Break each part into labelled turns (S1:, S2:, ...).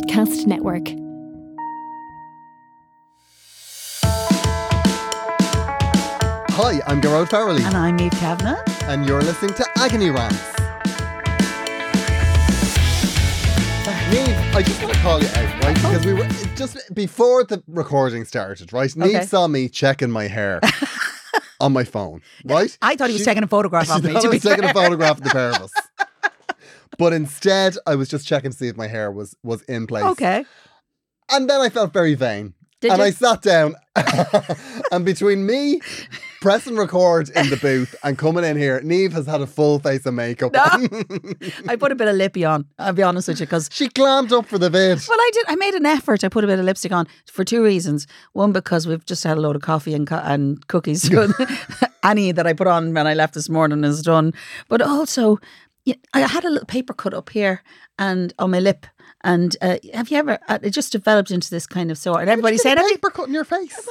S1: Podcast Network.
S2: Hi, I'm Gerard Farrelly,
S3: And I'm Eve Kavanagh.
S2: and you're listening to Agony Rants. Neve, I just want to call you out, right?
S3: Oh.
S2: Because we were just before the recording started, right? Neve
S3: Okay.
S2: saw me checking my hair on my phone, right?
S3: I thought he was
S2: She-
S3: taking a photograph
S2: She
S3: of me.
S2: thought
S3: to
S2: I
S3: be
S2: was taking
S3: fair.
S2: a photograph of the pair of us. But instead, I was just checking to see if my hair was was in place.
S3: Okay.
S2: And then I felt very vain.
S1: Did
S2: and
S1: you?
S2: I sat down, and between me pressing record in the booth and coming in here, Neve has had a full face of makeup.
S3: No.
S2: on.
S3: I put a bit of lippy on. I'll be honest with you, because
S2: she clamped up for the vid.
S3: well, I did. I made an effort. I put a bit of lipstick on for two reasons. One, because we've just had a load of coffee and co- and cookies. So any that I put on when I left this morning is done. But also, yeah, I had a little paper cut up here and on my lip. And uh, have you ever? uh, It just developed into this kind of sore. And everybody said,
S2: Get a
S3: "Have you
S2: paper cut in your face.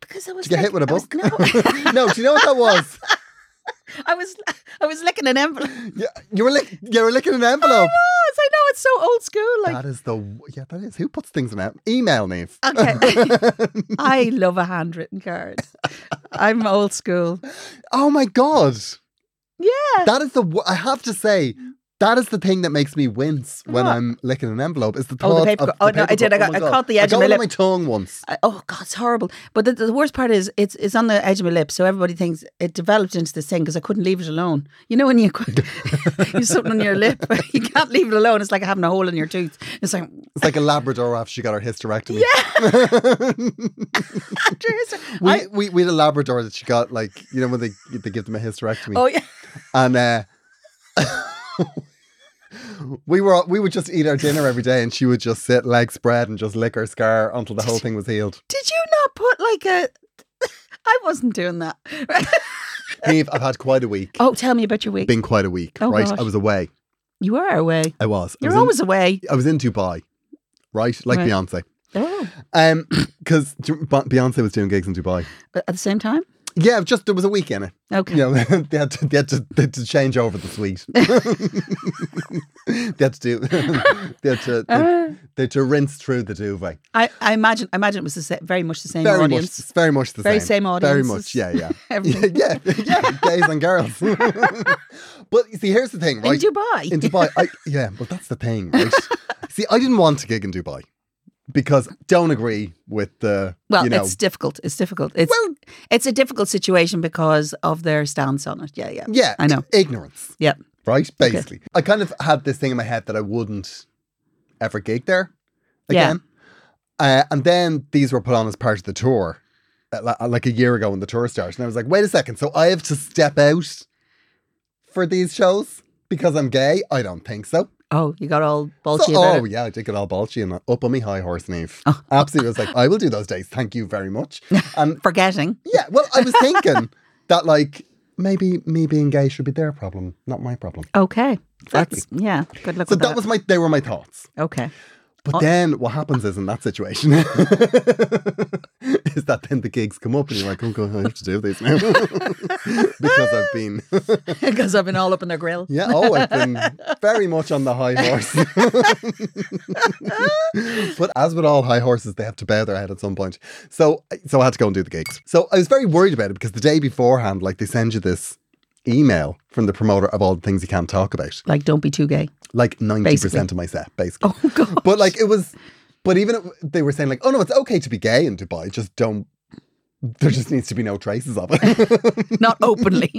S3: Because I was
S2: Did you get hit with
S3: like-
S2: a
S3: I was-
S2: book? no, do you know what that was?
S3: no, I was I was licking an envelope.
S2: You, you were lick, you were licking an envelope.
S3: was. I know it's so old school. Like,
S2: That is the yeah. That is who puts things in that email, Neve.
S3: okay, I love a handwritten card. I'm old school.
S2: Oh my god,
S3: Yeah, Mm.
S2: that is the. wo- I have to say. That is the thing that makes me wince when
S3: What?
S2: I'm licking an envelope. Is the
S3: Oh, the
S2: thought
S3: paper
S2: of
S3: cut. Oh,
S2: the
S3: no, I
S2: paper
S3: did.
S2: cut.
S3: I got-
S2: my
S3: I
S2: God.
S3: caught the edge
S2: I
S3: of my
S2: got it on
S3: lip.
S2: tongue once.
S3: I- oh god, it's horrible. But the, the worst part is, it's it's on the edge of my lips, so everybody thinks it developed into this thing because I couldn't leave it alone. You know when you you something on your lip, you can't leave it alone. It's like having a hole in your tooth. It's like
S2: It's like a Labrador after she got her hysterectomy. We,
S3: I,
S2: we we had a Labrador that she got like you know when they they give them a hysterectomy
S3: oh yeah.
S2: and uh, we were we would just eat our dinner every day and she would just sit legs spread and just lick her scar until the whole thing was healed.
S3: Did you not put like a? I wasn't doing that.
S2: Neve, I've had quite a week.
S3: oh, tell me about your week.
S2: Been quite a week,
S3: Oh,
S2: right?
S3: gosh.
S2: I was away.
S3: You were away.
S2: I was.
S3: You're
S2: I was
S3: always away.
S2: In, I was in Dubai, right? Like
S3: Right.
S2: Beyonce,
S3: Oh.
S2: um, because Beyonce was doing gigs in Dubai.
S3: But at the same time?
S2: Yeah, just there was a week in it.
S3: Okay.
S2: you know, they had to, they had to, they had to change over the suite. they had to do, they had to, they,
S3: Uh,
S2: they had to rinse through the duvet.
S3: I, I imagine I imagine it was the sa- very much the same
S2: Very
S3: audience.
S2: much, very much the
S3: Very
S2: same.
S3: same audience.
S2: Very much, yeah, yeah. yeah,
S3: Everything.
S2: yeah, yeah, guys and girls. but you see, here's the thing,
S3: In
S2: right?
S3: Dubai.
S2: in Dubai, I, yeah, but that's the thing, right? see, I didn't want to gig in Dubai because don't agree with the,
S3: well,
S2: you know,
S3: it's difficult. It's difficult. It's
S2: Well-
S3: it's a difficult situation because of their stance on it. Yeah, yeah.
S2: yeah,
S3: I know.
S2: ignorance,
S3: Yeah.
S2: right? Basically, I kind of had this thing in my head that I wouldn't ever gig there
S3: Yeah.
S2: again. Uh, and then these were put on as part of the tour, uh, li- like a year ago when the tour started. And I was like, wait a second, so I have to step out for these shows because I'm gay? I don't think so.
S3: Oh, you got all
S2: So-
S3: bulgy about
S2: oh,
S3: it. Oh.
S2: yeah, I did get all bulgy and up on me high horse, Neve. Absolutely. I was like, I will do those days. Thank you very much. And
S3: Forgetting.
S2: yeah, well, I was thinking that, like, maybe me being gay should be their problem, not my problem.
S3: Okay.
S2: Exactly.
S3: That's, yeah. Good luck
S2: So
S3: with
S2: that was my, they were my thoughts.
S3: Okay. Oh.
S2: But then what happens is in that situation is that then the gigs come up and you're like, oh god, I have to do this now because I've been
S3: because I've been all up in their grill.
S2: yeah, oh, I've been very much on the high horse. but as with all high horses, they have to bow their head at some point. So, so I had to go and do the gigs. So I was very worried about it because the day beforehand, like they send you this email from the promoter of all the things you can't talk about,
S3: Like, don't be too gay.
S2: like ninety percent
S3: Basically.
S2: of my set, basically.
S3: Oh God.
S2: But like it was, but even it- they were saying like, oh no, it's okay to be gay in Dubai. Just don't. There just needs to be no traces of it.
S3: Not openly.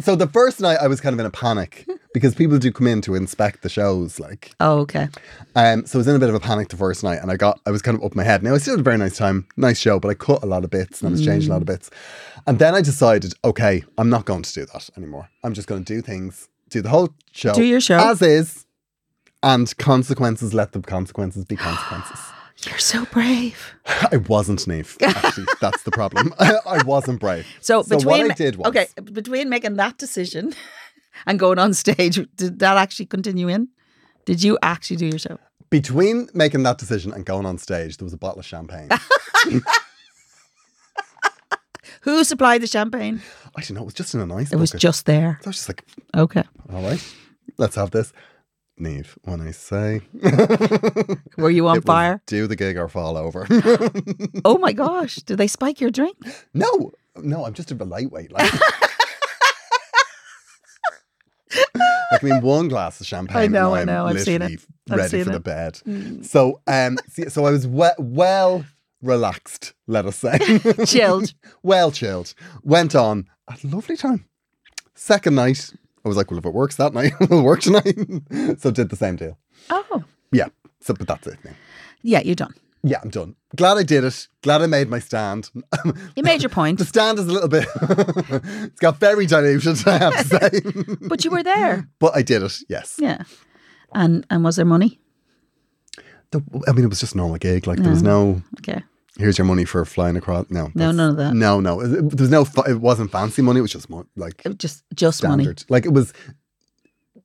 S2: so the first night I was kind of in a panic because people do come in to inspect the shows, like.
S3: Oh, okay.
S2: Um, so I was in a bit of a panic the first night, and I got I was kind of up in my head. Now I still had a very nice time, nice show, but I cut a lot of bits and I was changing a
S3: Mm.
S2: lot of bits. And then I decided, okay, I'm not going to do that anymore. I'm just going to do things, do the whole show,
S3: Do your show.
S2: as is, and consequences. Let the consequences be consequences.
S3: You're so brave.
S2: I wasn't naive. Actually, that's the problem. I wasn't brave.
S3: So,
S2: So what
S3: between
S2: I did was-
S3: okay between making that decision and going on stage, did that actually continue in? Did you actually do your show?
S2: Between making that decision and going on stage, there was a bottle of champagne.
S3: Who supplied the champagne?
S2: I don't know. It was just in a nice.
S3: It was
S2: bucket.
S3: just there.
S2: So I was just like,
S3: Okay.
S2: all right, let's have this. Neve, when I say
S3: Were you
S2: it
S3: on
S2: was
S3: fire?
S2: do the gig or fall over.
S3: Oh my gosh! Did they spike your drink?
S2: no, no, I'm just a lightweight. Like, like I mean, one glass of champagne. and
S3: know, I
S2: I'm
S3: know, I've seen it.
S2: literally
S3: I've
S2: Ready
S3: seen
S2: for
S3: it.
S2: the bed. So, um, see- so I was we- well relaxed. Let us say,
S3: Chilled.
S2: well chilled. Went on had a lovely time. Second night, I was like, well, if it works that night, it'll work tonight. so did the same deal.
S3: Oh,
S2: Yeah. So, but that's it. Now.
S3: yeah, you're done.
S2: Yeah, I'm done. Glad I did it. Glad I made my stand.
S3: You made your point,
S2: the stand is a little bit. it's got very diluted, I have to say.
S3: but you were there.
S2: but I did it. Yes.
S3: Yeah. And and was there money?
S2: The- I mean, it was just a normal gig. Like there was no.
S3: Okay.
S2: Here's your money for flying across. No.
S3: Mm. No,
S2: that's-
S3: none of that.
S2: No, no. It- it- There was no. fu- It wasn't fancy money. It was just mon- like
S3: It was Just just money.
S2: standard. Like it was,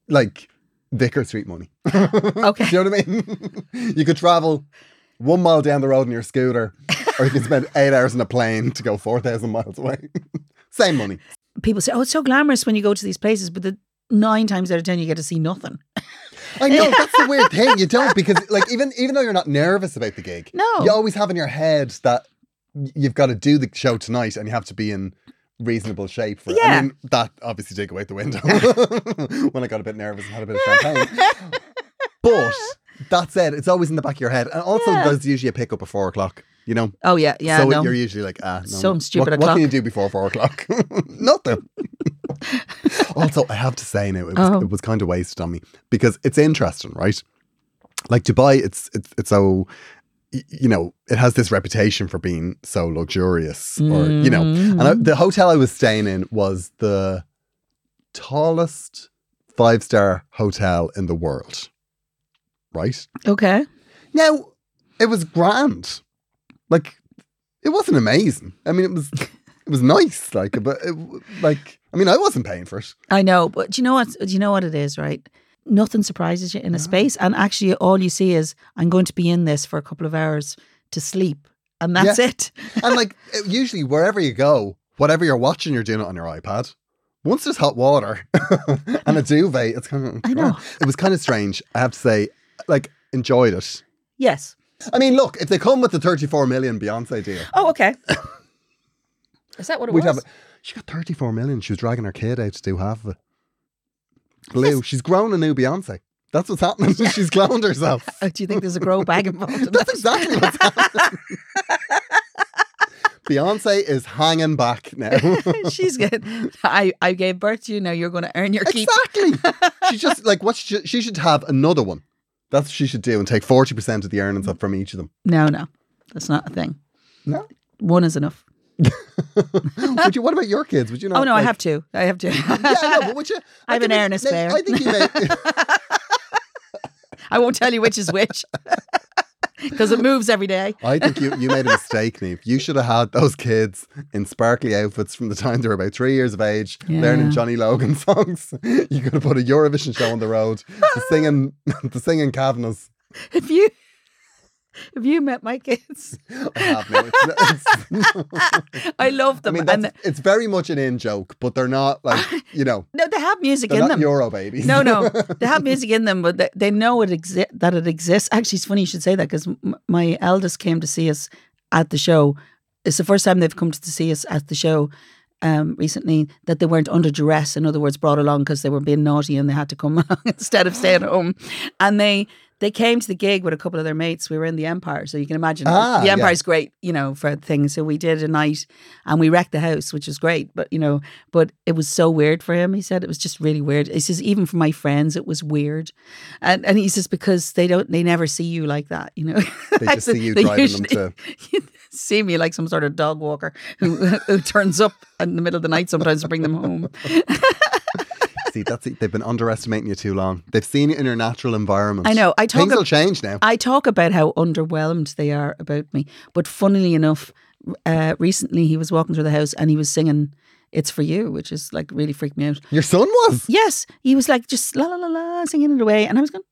S2: like Vicar Street money.
S3: Okay.
S2: Do you know what I mean? you could travel one mile down the road in your scooter, or you can spend eight hours in a plane to go 4,000 miles away. Same money.
S3: People say, "Oh, it's so glamorous when you go to these places," but the nine times out of ten, you get to see nothing.
S2: I know, that's the weird thing. You don't, because like even even though you're not nervous about the gig,
S3: No.
S2: you always have in your head that y- you've got to do the show tonight and you have to be in reasonable shape for it.
S3: Yeah.
S2: I mean, that obviously did go out the window when I got a bit nervous and had a bit of champagne. but that said, it's always in the back of your head. And also
S3: Yeah.
S2: there's usually a pickup at four o'clock, you know?
S3: Oh yeah, yeah.
S2: so
S3: no.
S2: you're usually like, ah, no.
S3: Some
S2: What,
S3: stupid
S2: what
S3: o'clock.
S2: can you do before four o'clock? Nothing. also, I have to say now, it was,
S3: Oh.
S2: it was kind of wasted on me because it's interesting, right? Like Dubai, it's it's it's so y- you know it has this reputation for being so luxurious, or you know,
S3: Mm-hmm.
S2: and I, the hotel I was staying in was the tallest five star hotel in the world, right?
S3: okay.
S2: Now, it was grand. Like, it wasn't amazing. I mean, it was it was nice. Like, but it, like, I mean, I wasn't paying for it.
S3: I know, but do you know what? Do you know what it is, right? Nothing surprises you in a space, and actually, all you see is, "I'm going to be in this for a couple of hours to sleep." And that's it.
S2: And like, it- usually wherever you go, whatever you're watching, you're doing it on your iPad. Once there's hot water and a duvet, it's kind of
S3: I know.
S2: It was kind of strange. I have to say, like, enjoyed it.
S3: Yes.
S2: I mean, look, if they come with the 34 million Beyonce deal,
S3: Oh, okay. Is that what it
S2: we'd
S3: was?
S2: have. She got 34 million. She was dragging her kid out to do half of it. Blue. She's grown a new Beyonce. That's what's happening. She's cloned herself.
S3: Uh, Do you think there's a grow bag involved? In
S2: That's
S3: that?
S2: exactly what's happening. Beyonce is hanging back now.
S3: She's good. I, I gave birth to you. Now you're going to earn your keep.
S2: exactly. She just like what she, she should have another one. That's what she should do and take 40% of the earnings up from each of them.
S3: No, no, that's not a thing.
S2: No.
S3: One is enough.
S2: Would you, what about your kids? Would you not?
S3: oh no, I
S2: like-
S3: have two. I have two.
S2: Yeah, I know, but would you?
S3: I have an
S2: think-
S3: earnest bear.
S2: I think you may.
S3: I won't tell you which is which because it moves every day.
S2: I think you, you made a mistake, Neve. You should have had those kids in sparkly outfits from the time they were about three years of age,
S3: Yeah.
S2: learning Johnny Logan songs. You could have put a Eurovision show on the road, the singing, the singing Kavanaghs.
S3: If you if you met my kids,
S2: I have no. It's, it's,
S3: I love
S2: I
S3: them.
S2: mean,
S3: and
S2: that's, it's very much an in joke, but they're not like you know,
S3: no, they have music
S2: they're
S3: in
S2: not
S3: them.
S2: Euro babies.
S3: no, no, they have music in them, but they, they know it exi- that it exists. Actually, it's funny you should say that because m- my eldest came to see us at the show. It's the first time they've come to see us at the show um, recently that they weren't under duress. In other words, brought along because they were being naughty and they had to come along instead of staying at home. And they they came to the gig with a couple of their mates. We were in the Empire, so you can imagine
S2: Ah,
S3: the
S2: yeah.
S3: Empire's great, you know, for things. So we did a night and we wrecked the house, which was great. But you know, but it was so weird for him. He said it was just really weird. He says even for my friends, it was weird, and and he says because they don't, they never see you like that. You know,
S2: they
S3: I
S2: just
S3: said,
S2: see you
S3: "They
S2: driving
S3: usually-
S2: them
S3: see me like some sort of dog walker who, who turns up in the middle of the night sometimes to bring them home.
S2: to see. That's it. They've been underestimating you too long. They've seen you in your natural environment.
S3: I know. I talk
S2: Things
S3: ab-
S2: will change now.
S3: I talk about how underwhelmed they are about me, but funnily enough, uh, recently he was walking through the house and he was singing "It's for You," which is like really freaked me out.
S2: Your son was.
S3: Yes, he was like just la la la la singing it away, and I was going.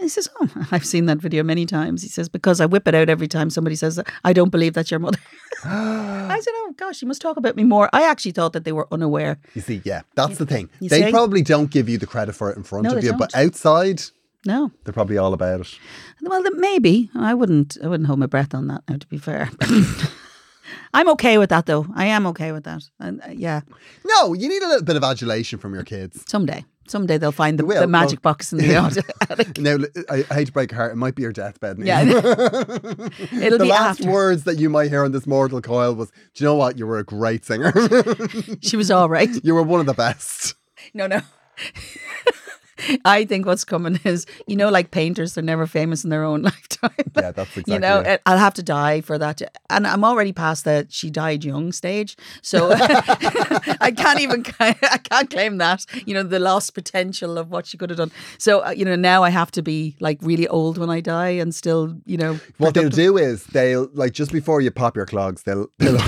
S3: He says, "Oh, I've seen that video many times." He says, "Because I whip it out every time somebody says that I don't believe that's your mother." I said, "Oh gosh, you must talk about me more." I actually thought that they were unaware.
S2: You see, yeah, that's the thing.
S3: You
S2: they
S3: see?
S2: probably don't give you the credit for it in front
S3: No,
S2: of
S3: they
S2: you, but outside,
S3: No.
S2: They're probably all about it.
S3: Well, then maybe I wouldn't. I wouldn't hold my breath on that. Now, to be fair, I'm okay with that, though. I am okay with that. And uh, yeah,
S2: No, you need a little bit of adulation from your kids.
S3: someday, someday they'll find the,
S2: They will,
S3: the magic
S2: well-
S3: box in the attic.
S2: Now, li- I, I hate to break your heart. It might be your deathbed. Niamh.
S3: Yeah, it'll
S2: the
S3: be
S2: last
S3: after.
S2: words that you might hear on this mortal coil was, "Do you know what? You were a great singer.
S3: She was all right.
S2: you were one of the best."
S3: No, no. I think what's coming is, you know, like painters, they're never famous in their own lifetime.
S2: Yeah, that's exactly.
S3: you know,
S2: it.
S3: it- I'll have to die for that. And I'm already past the she died young stage. So I can't even, I can't claim that, you know, the lost potential of what she could have done. So, uh, you know, now I have to be like really old when I die and still, you know,
S2: What they'll do is they'll like just before you pop your clogs, they'll they'll,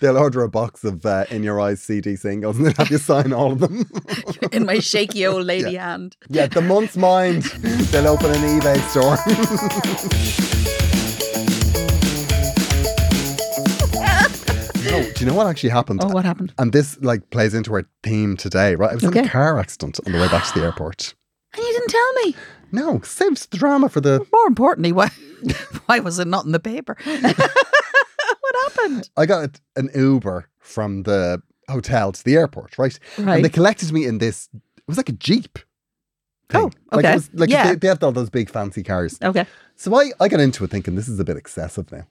S2: they'll order a box of uh, in your eyes CD singles and they'll have you sign all of them.
S3: in my shaky old lady hand.
S2: yeah, the month's mind. They'll open an eBay store. no, do you know what actually happened?
S3: Oh, what happened?
S2: And this like plays into our theme today, right? I was in
S3: Okay.
S2: a car accident on the way back to the airport.
S3: And you didn't tell me.
S2: No, saves the drama for the.
S3: More importantly, why, why was it not in the paper? what happened?
S2: I got an Uber from the hotel to the airport, right?
S3: Right.
S2: And they collected me in this. It was like a jeep.
S3: Oh,
S2: Like, it
S3: okay.
S2: was, like
S3: Yeah.
S2: they, they have all those big fancy cars.
S3: Okay.
S2: So I, I got into it thinking this is a bit excessive now.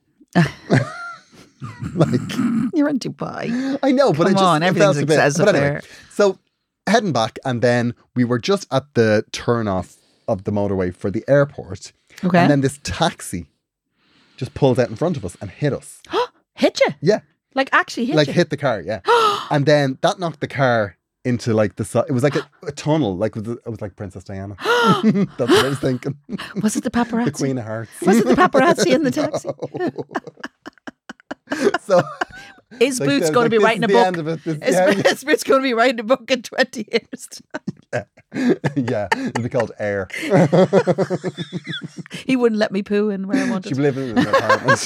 S2: like
S3: You're in Dubai.
S2: I know, but
S3: Come
S2: it just,
S3: on,
S2: it felt
S3: everything's
S2: a bit-
S3: excessive
S2: but anyway,
S3: there.
S2: So heading back, and then we were just at the turn off of the motorway for the airport,
S3: Okay.
S2: and then this taxi just pulled out in front of us and hit us.
S3: hit you.
S2: Yeah,
S3: Like actually hit
S2: like
S3: you.
S2: hit the car. Yeah, and then that knocked the car into like the side. It was like a, a tunnel. Like with the, it was like Princess Diana. That's what I was thinking.
S3: was it the paparazzi?
S2: The Queen of Hearts.
S3: Was it the paparazzi in the taxi?
S2: so
S3: His
S2: like,
S3: boots
S2: they're
S3: going
S2: like,
S3: to be
S2: "This is
S3: writing a
S2: the end
S3: book.
S2: of it. This-
S3: His,
S2: yeah,
S3: his boots going to be writing a book in twenty years.
S2: yeah, it'd be called air.
S3: He wouldn't let me poo in where I
S2: She
S3: wanted.
S2: living in an apartment.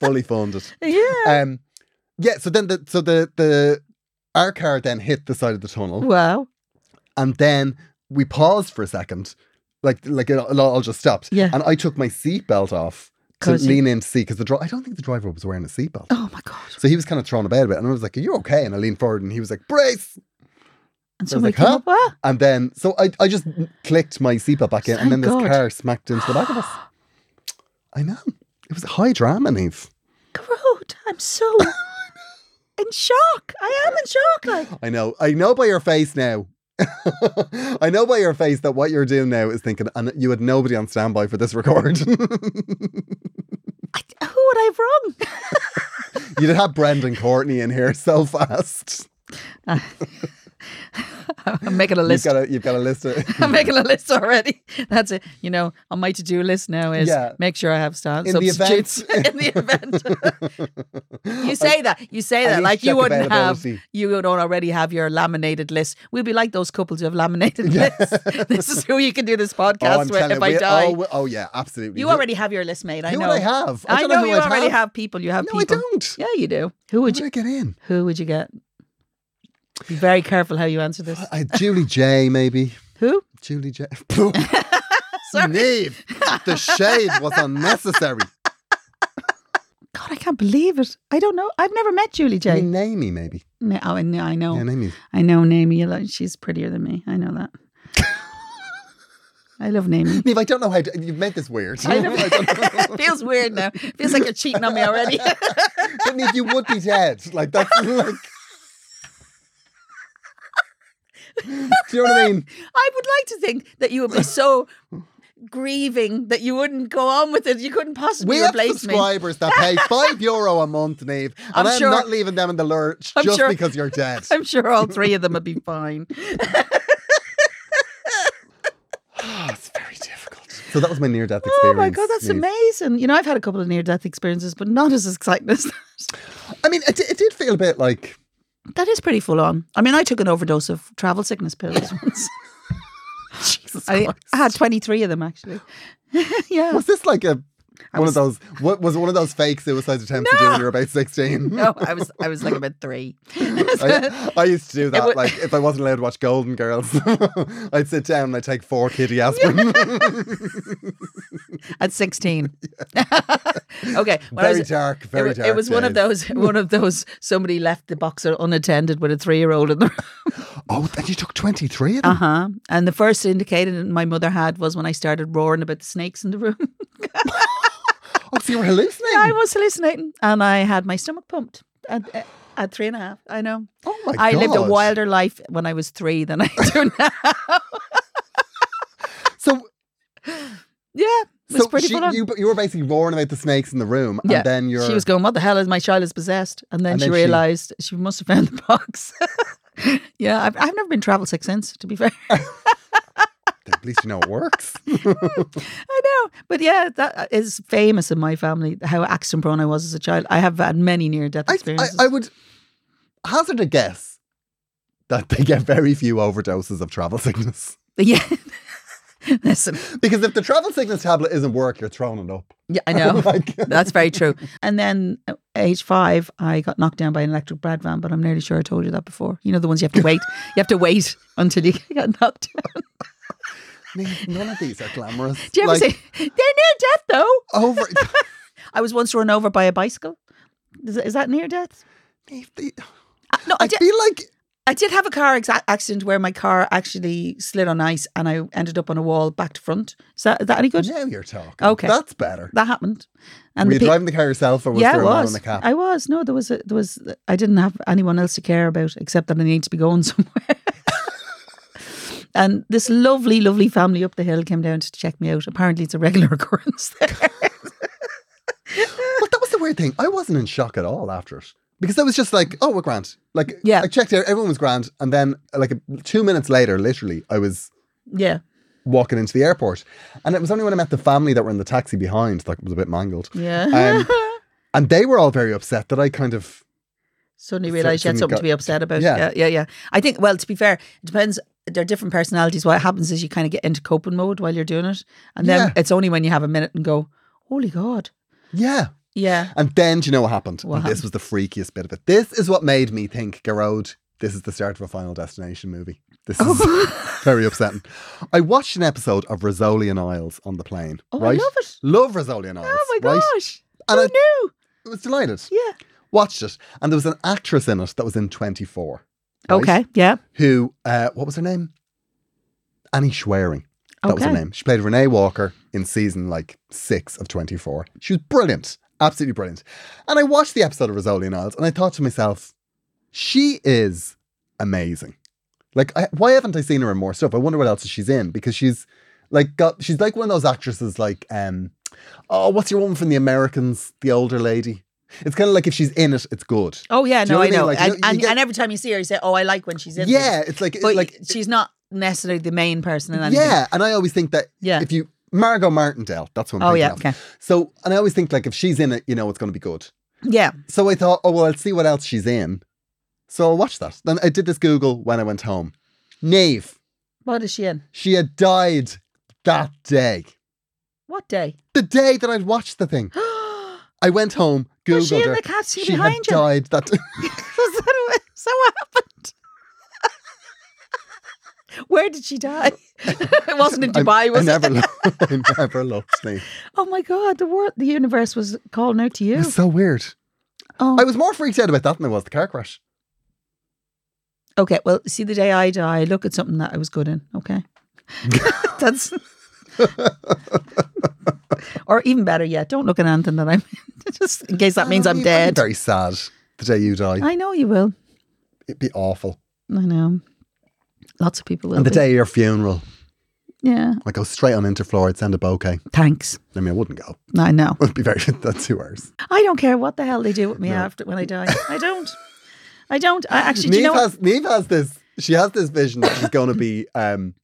S2: Fully funded.
S3: yeah.
S2: Um, yeah. So then, the, so the the our car then hit the side of the tunnel,
S3: Wow.
S2: and then we paused for a second, like like it all, it all just stopped.
S3: Yeah.
S2: And I took my seatbelt off to
S3: 'Cause you-
S2: lean in to see because the dri- I don't think the driver was wearing a seatbelt.
S3: Oh my god.
S2: So he was kind of thrown about a bit, and I was like, "Are you okay?" And I leaned forward, and he was like, "Brace!" I
S3: And
S2: was
S3: somebody
S2: like,
S3: came
S2: "Huh?"
S3: up. What?
S2: And then, so I, I just clicked my seatbelt back in, and
S3: Thank
S2: then this
S3: God.
S2: car smacked into the back of us. I know. It was high drama, Neve.
S3: Groot. I'm so in shock. I am in shock. Like,
S2: I know. I know by your face now. I know by your face that what you're doing now is thinking, and you had nobody on standby for this record.
S3: I, who would I have wrong?
S2: You'd have Brendan Courtney in here so fast.
S3: I'm making a
S2: You've
S3: list.
S2: got to, you've got to list it.
S3: I'm making a list already. That's it. You know, on my to-do list now is
S2: Yeah.
S3: make sure I have stand
S2: In the event-
S3: substitutes in the event. you say that. You say that
S2: need
S3: like
S2: to
S3: you
S2: check
S3: wouldn't have.
S2: availability.
S3: You don't already have your laminated list. We'd be like those couples who have laminated lists. This is who you can do this
S2: Oh,
S3: podcast
S2: I'm
S3: with
S2: telling
S3: if I
S2: we-
S3: die.
S2: Oh, we- oh, yeah, absolutely.
S3: you
S2: Who-
S3: already have your list made. I
S2: who
S3: know.
S2: would I have? I
S3: I,
S2: don't
S3: know,
S2: know who
S3: you
S2: I'd
S3: already
S2: have.
S3: have. people. You have
S2: No, I
S3: people.
S2: don't.
S3: Yeah, you do. Who
S2: Who
S3: would
S2: did
S3: you?
S2: I get in?
S3: Who would you get? Be very careful how you answer this.
S2: Uh, Julie J, maybe.
S3: Who?
S2: Julie J.
S3: Sorry.
S2: Nave, the shade was unnecessary.
S3: God, I can't believe it. I don't know. I've never met Julie
S2: I
S3: J.
S2: mean, Naomi, maybe.
S3: No, I know. I know,
S2: Yeah, Naomi.
S3: I know Naomi. You like- She's prettier than me. I know that. I love Naomi.
S2: Neve, I don't know how to, you've made this weird.
S3: I know.
S2: I don't know.
S3: feels weird now. Feels like you're cheating on me already.
S2: But Neve, you would be dead. Like that's like. Do you know what I mean?
S3: I would like to think that you would be so grieving that you wouldn't go on with it. You couldn't possibly
S2: We have
S3: replace me.
S2: subscribers that pay five euro a month, Neve, and
S3: I'm
S2: I'm,
S3: sure-
S2: not leaving them in the lurch
S3: I'm
S2: just
S3: sure-
S2: because you're dead.
S3: I'm sure all three of them would be fine.
S2: Ah, it's very difficult. So that was my near-death experience.
S3: Oh my god, that's
S2: Niamh.
S3: amazing! You know, I've had a couple of near-death experiences, but not as exciting as that.
S2: I mean, it, it did feel a bit like
S3: That is pretty full on. I mean, I took an overdose of travel sickness pills once.
S2: Jesus
S3: I,
S2: Christ.
S3: I had 23 of them actually. yeah.
S2: Was this like a
S3: I
S2: one
S3: was-
S2: of those. What was it one of those fake suicide attempts you do when you're about sixteen?
S3: No, I was I was like about three.
S2: I, I used to do that.
S3: would-
S2: like if I wasn't allowed to watch Golden Girls, I'd sit down and I'd take four kitty aspirin.
S3: at 16 okay when I
S2: very
S3: was-
S2: dark,
S3: it,
S2: very
S3: wa-
S2: dark.
S3: it was one of
S2: days.
S3: those one of those somebody left the box unattended with a three-year-old in the room
S2: Oh, and you took twenty three of them.
S3: uh-huh and the first indicator my mother had was when i started roaring about the snakes in the room
S2: oh, so you were hallucinating.
S3: i was hallucinating and i had my stomach pumped at, at- at three and a half i know
S2: oh my
S3: i
S2: god!
S3: lived a wilder life when i was three than i do now
S2: So,
S3: yeah it was
S2: so
S3: pretty
S2: she-
S3: full on.
S2: you you were basically roaring about the snakes in the room,
S3: Yeah.
S2: and then you're
S3: She was going, "What the hell is my child is possessed?" And then
S2: And
S3: she
S2: then she-
S3: realized she... must have found the box. yeah, I've, I've never been travel sick since. To be fair,
S2: at least you know it works.
S3: I know, but yeah, that is famous in my family how accident prone I was as a child. I have had many near death
S2: I, I,
S3: experiences.
S2: I would hazard a guess that they get very few overdoses of travel sickness.
S3: yeah, listen,
S2: Because if the travel sickness tablet isn't work, you're throwing it up.
S3: yeah, I know.
S2: Like-
S3: That's very true. And then at age five, I got knocked down by an electric brad van, but I'm nearly sure I told you that before. You know, the ones you have to wait. you have to wait until you get knocked down.
S2: Nate, None of these are glamorous.
S3: Do you ever
S2: Like,
S3: say, they're near death though?
S2: over?
S3: I was once run over by a bicycle. Is, is that near death?
S2: Nate, they-
S3: Uh, No, I
S2: I
S3: did.
S2: feel like
S3: I did have a car exa- accident where my car actually slid on ice and I ended up on a wall back to front. Is that, is that any good?
S2: now you're talking.
S3: Okay.
S2: that's better.
S3: That happened. And
S2: Were
S3: the
S2: you
S3: pe-
S2: driving the car yourself, or was
S3: yeah, I
S2: there a man in
S3: was.
S2: the cab?
S3: I was. No, there was. A, there was. I didn't have anyone else to care about except that I needed to be going somewhere. and this lovely, lovely family up the hill came down to check me out. Apparently, it's a regular occurrence there.
S2: But that was the weird thing. I wasn't in shock at all after it because I was just like, "Oh, we're grand." Like,
S3: Yeah.
S2: I checked out. Everyone was grand, and then like two minutes later, literally, I was
S3: yeah,
S2: walking into the airport, and it was only when I met the family that were in the taxi behind that was a bit mangled,
S3: yeah.
S2: Um, and they were all very upset that I kind of
S3: suddenly
S2: So-
S3: realize you had
S2: suddenly
S3: something
S2: got-
S3: to be upset about. Yeah.
S2: Yeah.
S3: yeah, yeah, I think. Well, to be fair, it depends. There are different personalities. What happens is you kind of get into coping mode while you're doing it, and then
S2: Yeah.
S3: it's only when you have a minute and go, "Holy God!"
S2: yeah.
S3: Yeah,
S2: And then do you know what happened?
S3: What
S2: and
S3: happened?
S2: this was the freakiest bit of it. This is what made me think, Garode, this is the start of a Final Destination movie. This
S3: Oh,
S2: is very upsetting. I watched an episode of Rizzoli and Isles on the plane.
S3: Oh, I
S2: right?
S3: love it.
S2: Love Rizzoli and Isles.
S3: Oh my
S2: right?
S3: gosh!
S2: And
S3: Who
S2: I
S3: knew?
S2: was delighted.
S3: Yeah.
S2: Watched it. And there was an actress in it that was in 24. right?
S3: Okay. Yeah.
S2: Who, uh, what was her name? Annie Schwering. That was her
S3: Okay.
S2: name. She played Renee Walker in season like six of 24. She was brilliant, absolutely brilliant. And I watched the episode of Rizzoli and Isles and I thought to myself, she is amazing. Like, I, why haven't I seen her in more stuff? I wonder what else she's in because she's like got, she's like one of those actresses like, um, oh, what's your woman from The Americans, the older lady? It's kind of like if she's in it, it's good.
S3: Oh yeah.
S2: Do you
S3: No,
S2: know what
S3: I
S2: I mean?
S3: know.
S2: Like, you
S3: and,
S2: know, you
S3: and,
S2: get-
S3: and every time you see her, you say, "Oh, I like when she's in." this."
S2: Yeah, it's like,
S3: but
S2: like
S3: she's not necessarily the main person in anything.
S2: yeah. And I always think that
S3: Yeah.
S2: if you, Margot Martindale, that's what I'm
S3: Oh
S2: thinking
S3: yeah.
S2: of.
S3: Okay.
S2: So, and I always think like if she's in it, you know, it's going to be good.
S3: Yeah.
S2: So I thought, oh well, I'll see what else she's in. So I'll watch that. Then I did this Google when I went home. Nave,
S3: What is she in?
S2: she had died that day.
S3: What day?
S2: The day that I'd watched the thing,
S3: was
S2: I went home, googled
S3: she in
S2: her.
S3: the cat seat
S2: she had
S3: behind you?
S2: died that.
S3: Is that what, is that what happened? Where did she die? it wasn't in Dubai,
S2: I,
S3: was
S2: I never,
S3: it?
S2: lo- I never looked Nave.
S3: Oh my God, the world, the universe was calling out to
S2: It
S3: you.
S2: was so weird.
S3: Oh,
S2: I was more freaked out about that than I was the car crash.
S3: okay. Well, see, the day I die, I look at something that I was good in. Okay, that's. or even better yet, don't look at anything that I'm just in case that means
S2: I'd
S3: I'm
S2: be- I'd be
S3: dead.
S2: Very sad. The day you die,
S3: I know you will.
S2: it'd be awful.
S3: I know. Lots of people will.
S2: And the
S3: be.
S2: day of your funeral,
S3: Yeah.
S2: I go straight on Interflora. I'd send a bouquet.
S3: Thanks.
S2: I mean, I wouldn't go.
S3: I know.
S2: It'd be very that's two hours.
S3: I don't care what the hell they do with me after when I die. I don't. I don't. I actually, do
S2: Neve
S3: you know what?
S2: has Neve has this. She has this vision that she's going to be um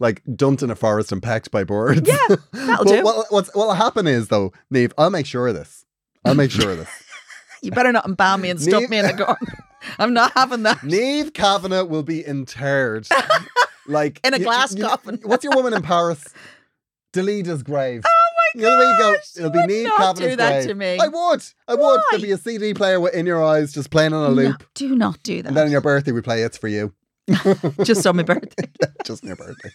S2: like dumped in a forest and pecked by birds.
S3: Yeah, that'll
S2: Well,
S3: do.
S2: What, what's what'll happen is though, Neve, I'll make sure of this. I'll make sure of this.
S3: You better not embalm me and stuff
S2: Neve-
S3: me in the garden. I'm not having that.
S2: Neve Kavanagh will be interred like
S3: In a
S2: you-
S3: glass
S2: you know-
S3: coffin.
S2: what's your woman in Paris? Delida's grave. Oh The other way you go,
S3: gosh,
S2: it'll
S3: you
S2: be
S3: would
S2: me,
S3: not
S2: Cavanaugh's
S3: do that
S2: Way.
S3: to me.
S2: I would. I would.
S3: Why?
S2: There'd be a CD player in your eyes just playing on a
S3: No,
S2: loop.
S3: do not do
S2: And then on
S3: that.
S2: your birthday, we play It's For You.
S3: Just on my birthday.
S2: just on your birthday.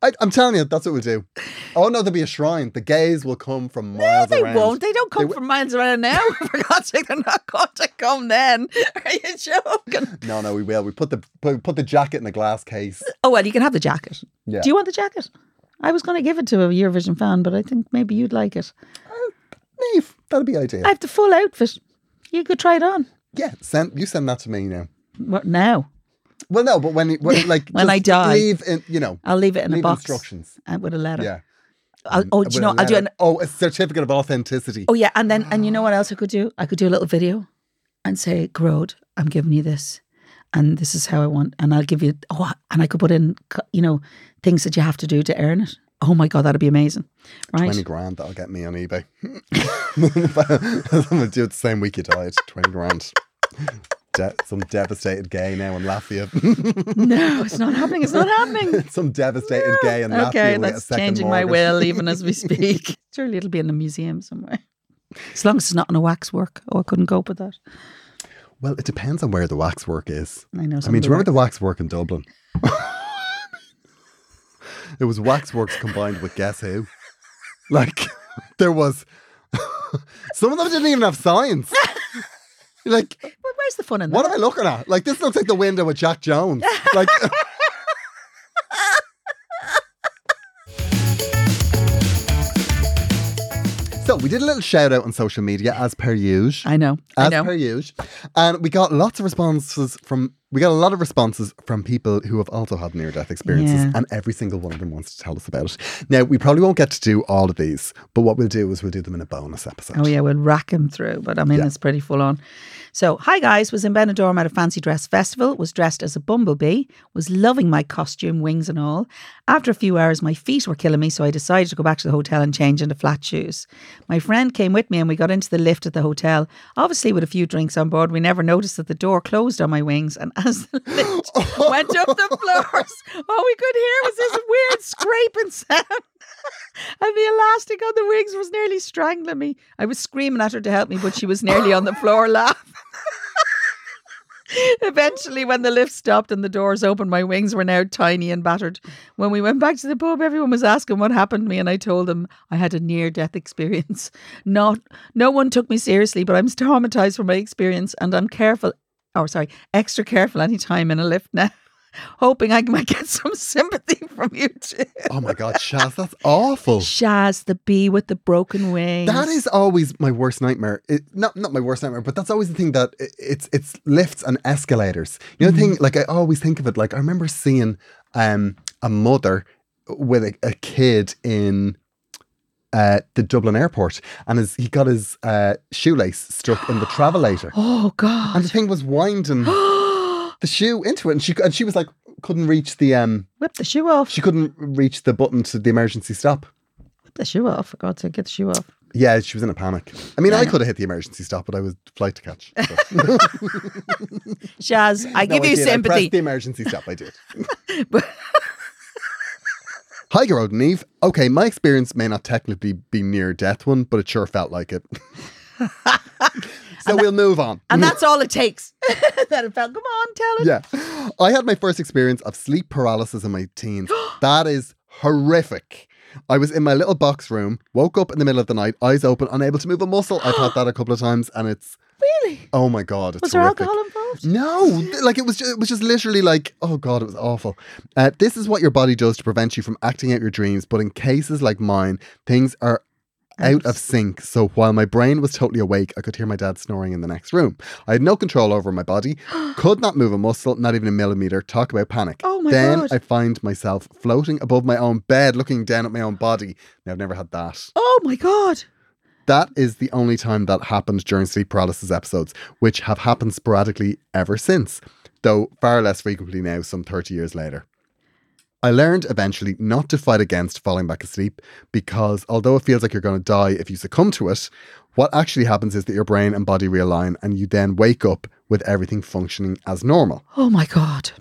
S2: I, I'm telling you, that's what we'll do. Oh no, there'll be a shrine. The gays will come from
S3: No,
S2: miles
S3: they
S2: around.
S3: won't. They don't come
S2: wi-
S3: from miles around now. For God's sake, they're not going to come then. Are you joking?
S2: No, no, we will. We put the put, put the jacket in a glass case.
S3: Oh well, you can have the jacket.
S2: Yeah.
S3: Do you want the jacket? I was going to give it to a Eurovision fan, but I think maybe you'd like it.
S2: Nave, that'll be ideal.
S3: I have the full outfit. You could try it on.
S2: yeah, send you send that to me now.
S3: What now?
S2: Well, no, but when, when like
S3: When I
S2: just
S3: die.
S2: leave in you know
S3: I'll leave it in
S2: leave
S3: a box
S2: instructions.
S3: uh, with a letter.
S2: Yeah.
S3: I'll, oh, do
S2: With
S3: you
S2: a
S3: know? I'll do
S2: letter.
S3: an.
S2: Oh, a certificate of authenticity.
S3: Oh yeah, and then and you know what else I could do? I could do a little video, and say, "Grode, I'm giving you this, and this is how I want, and I'll give you." Oh, and I could put in, co- you know, things that you have to do to earn it. Oh my god, that'd be amazing, right?
S2: Twenty grand that'll get me on eBay. I'm gonna do it the same week you died. Twenty grand. De- some devastated gay now in Latvia.
S3: No, it's not happening. It's not happening.
S2: some devastated gay in Latvia.
S3: okay,
S2: will get a
S3: that's
S2: second
S3: changing my
S2: mortgage.
S3: will even as we speak. Surely it'll be in the museum somewhere. As long as it's not on a waxwork. Oh, I couldn't cope with that.
S2: Well, it depends on where the waxwork is.
S3: I know.
S2: I mean, do you remember the waxwork in Dublin? it was waxworks combined with Guess Who. Like, there was. some of them didn't even have signs. You're like,
S3: Where's the fun in that?
S2: what am I looking at? Like, this looks like the window with Jack Jones. Like, so we did a little shout out on social media, as per usual.
S3: I know. I
S2: as
S3: know.
S2: per usual. And we got lots of responses from we got a lot of responses from people who have also had near death experiences,
S3: Yeah.
S2: and every single one of them wants to tell us about it. Now we probably won't get to do all of these, but what we'll do is we'll do them in a bonus episode.
S3: Oh yeah, we'll rack him through, but I mean
S2: Yeah.
S3: it's pretty full on. So, hi guys, was in Benidorm at a fancy dress festival, was dressed as a bumblebee, was loving my costume, wings and all. After a few hours my feet were killing me, so I decided to go back to the hotel and change into flat shoes. My friend came with me and we got into the lift at the hotel. Obviously with a few drinks on board, we never noticed that the door closed on my wings and as the lift went up the floors, all we could hear was this weird scraping sound and the elastic on the wings was nearly strangling me. I was screaming at her to help me, but she was nearly on the floor laughing. Eventually, when the lift stopped and the doors opened, my wings were now tiny and battered. When we went back to the pub, everyone was asking what happened to me, and I told them I had a near death experience. Not, no one took me seriously, but I'm traumatized from my experience, and I'm careful, or sorry, extra careful any time in a lift now, hoping I might get some sympathy from you too.
S2: Oh my god, Shaz, that's awful.
S3: Shaz, the bee with the broken wings.
S2: Oh. That is always my worst nightmare. It, not not my worst nightmare, but that's always the thing that i it's it's lifts and escalators. You know, the
S3: Mm-hmm.
S2: thing like I always think of it. Like I remember seeing um, a mother with a, a kid in uh, the Dublin airport, and his, he got his uh, shoelace stuck in the travelator,
S3: Oh
S2: and the
S3: God.
S2: thing was winding the shoe into it, and she and she was like couldn't reach the um
S3: Whip the shoe off.
S2: she couldn't reach the button to the emergency stop.
S3: Whip the shoe off. For God's sake, get the shoe off.
S2: Yeah, she was in a panic. I mean,
S3: Yeah, I
S2: I
S3: know.
S2: could have hit the emergency stop, but I was flight to catch. So.
S3: Shaz, I
S2: No,
S3: give you
S2: did. I pressed
S3: sympathy.
S2: the emergency stop. I did. Hi, Gerard and Eve. Okay, my experience may not technically be near death one, but it sure felt like it. so we'll move on.
S3: And that's all it takes. that it felt. Come on, tell it.
S2: yeah, I had my first experience of sleep paralysis in my teens. that is horrific. I was in my little box room, woke up in the middle of the night, eyes open, unable to move a muscle. I've had that a couple of times, and it's
S3: Really?
S2: oh my god, it's
S3: Was there
S2: horrific.
S3: alcohol involved?
S2: Mm. No, th- like it was just, it was just literally like, oh god, it was awful. Uh, this is what your body does to prevent you from acting out your dreams, but in cases like mine, things are out of sync. So while my brain was totally awake, I could hear my dad snoring in the next room. I had no control over my body, could not move a muscle, not even a millimeter. Talk about panic.
S3: Oh my
S2: then
S3: God.
S2: I find myself floating above my own bed, looking down at my own body. Now I've never had that.
S3: Oh my God.
S2: That is the only time that happened during sleep paralysis episodes, which have happened sporadically ever since, though far less frequently now, some 30 years later. I learned eventually not to fight against falling back asleep because although it feels like you're going to die if you succumb to it, what actually happens is that your brain and body realign and you then wake up with everything functioning as normal.
S3: Oh my God.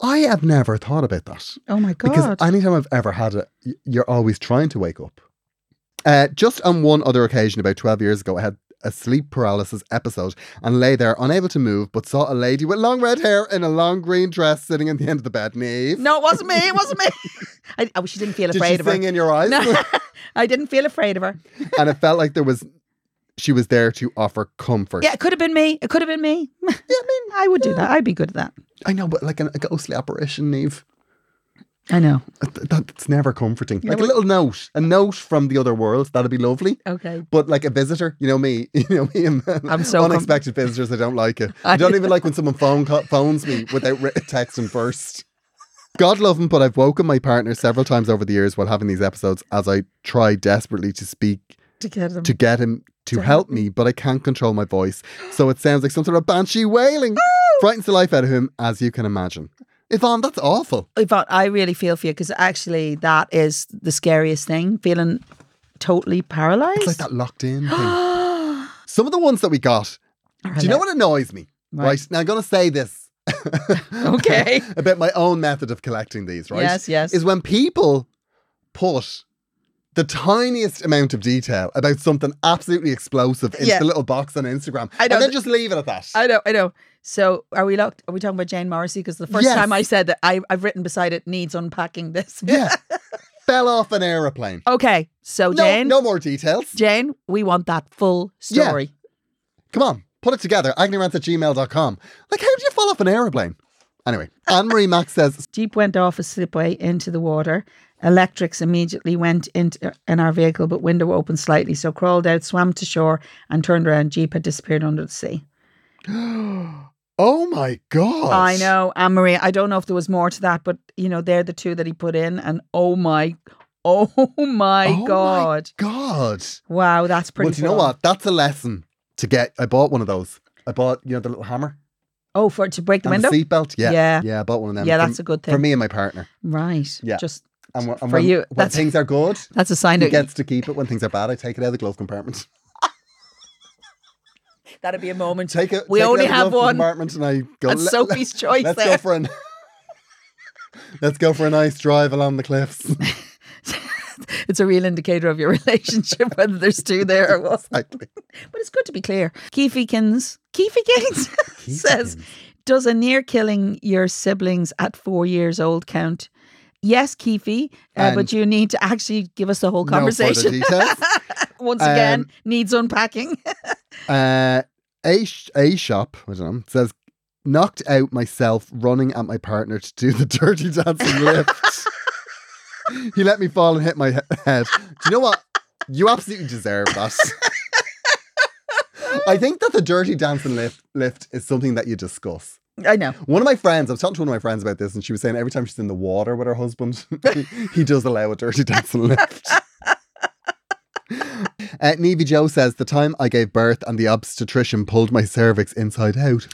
S2: I have never thought about that.
S3: Oh my God.
S2: Because anytime I've ever had it, y- you're always trying to wake up. Uh, just on one other occasion, about 12 years ago, I had a sleep paralysis episode and lay there unable to move, but saw a lady with long red hair in a long green dress sitting at the end of the bed. Neve,
S3: no, it wasn't me. It wasn't me. I, I, she didn't feel
S2: did she
S3: afraid of her.
S2: sing in your eyes?
S3: No, I didn't feel afraid of her.
S2: and it felt like there was, she was there to offer comfort.
S3: Yeah, it could have been me. It could have been me. I mean, I would do that. I'd be good at that.
S2: I know, but like an, a ghostly apparition, Neve.
S3: I know.
S2: Th- that- That's never comforting.
S3: Yeah,
S2: like a
S3: well-
S2: little note, a note from the other world. That'd be lovely.
S3: Okay.
S2: But like a visitor, you know me, you know me. and-
S3: I'm so com-
S2: unexpected visitors. I don't like it.
S3: I-
S2: I don't even like when someone phone co- phones me without re- texting first. God love him, but I've woken my partner several times over the years while having these episodes as I try desperately to speak
S3: To get them.
S2: to get him to
S3: To
S2: help
S3: help
S2: me, but I can't control my voice. So it sounds like some sort of banshee wailing. Frightens the life out of him, as you can imagine. Yvonne, that's awful.
S3: Yvonne, I really feel for you because actually that is the scariest thing, feeling totally paralyzed.
S2: It's like that locked in thing. Some of the ones that we got, do you know what annoys me? Right. Now I'm going to say this.
S3: Okay.
S2: About my own method of collecting these, right?
S3: Yes, yes.
S2: Is when people put the tiniest amount of detail about something absolutely explosive into
S3: Yeah.
S2: the little box on Instagram.
S3: I know
S2: and then
S3: th-
S2: just leave it at that.
S3: I know, I know. So are we locked? Are we talking about Jane Morrissey? Because the first
S2: Yes.
S3: time I said that, I, I've written beside it needs unpacking this.
S2: yeah. Fell off an aeroplane.
S3: okay. So
S2: No,
S3: Oh, Jane,
S2: no more details.
S3: Jane, we want that full
S2: Yeah.
S3: story.
S2: Come on, put it together. Agnorant at gmail.com. Like, how do you fall off an aeroplane? Anyway, Anne Marie Max says,
S3: Jeep went off a slipway into the water. Electrics immediately went into in our vehicle, but window opened slightly, so crawled out, swam to shore, and turned around. Jeep had disappeared under the sea.
S2: Oh my God.
S3: I know, Anne Marie. I don't know if there was more to that, but you know, they're the two that he put in, and oh my, oh my
S2: Oh my
S3: god,
S2: God.
S3: wow, that's pretty.
S2: well, do you know
S3: full on.
S2: what? That's a lesson to get. I bought one of those. I bought, you know, the little hammer
S3: Oh, for to break the
S2: and
S3: window.
S2: the seatbelt. Yeah.
S3: Yeah.
S2: Yeah, I bought one of them.
S3: yeah,
S2: for,
S3: that's a good thing.
S2: for me and my partner.
S3: right?
S2: Yeah.
S3: just
S2: And, when- and
S3: For
S2: when,
S3: you,
S2: when
S3: that's-
S2: things are good,
S3: that's a sign
S2: he
S3: that
S2: gets to keep it. When things are bad, I take it out of the glove compartment.
S3: that'd be a moment.
S2: Take it.
S3: We
S2: take it
S3: only
S2: out the
S3: have
S2: glove
S3: one.
S2: Compartment, and I go.
S3: That's
S2: "Let-
S3: Sophie's choice.
S2: Let's go
S3: there.
S2: for an Let's go for a nice drive along the cliffs.
S3: it's a real indicator of your relationship whether there's two there or one.
S2: Exactly.
S3: But it's good to be clear. Keefykins, Keefykins says, does a near killing your siblings at four years old count? Yes, Keefy, uh,
S2: And-
S3: but you need to actually give us the whole
S2: No further
S3: conversation.
S2: details.
S3: Once
S2: Um,
S3: again, needs unpacking.
S2: Uh, a, sh- a shop, I don't know, says knocked out myself running at my partner to do the dirty dancing lift. he let me fall and hit my he- head. Do you know what? You absolutely deserve that. I think that the dirty dancing lift lift is something that you discuss.
S3: I know.
S2: One of my friends, I was talking to one of my friends about this, and she was saying every time she's in the water with her husband, he does allow a dirty dance and lift. Uh, Nevy Joe says the time I gave birth and the obstetrician pulled my cervix inside out.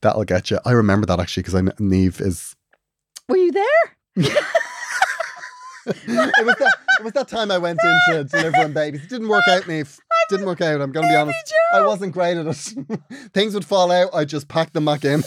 S2: That'll get you. I remember that actually because I kn- Neve is.
S3: Were you there?
S2: it, was that, it was that time I went into delivering babies. It didn't work out, Neve. Didn't work out. I'm going to be honest. I wasn't great at it. Things would fall out. I just packed them back in.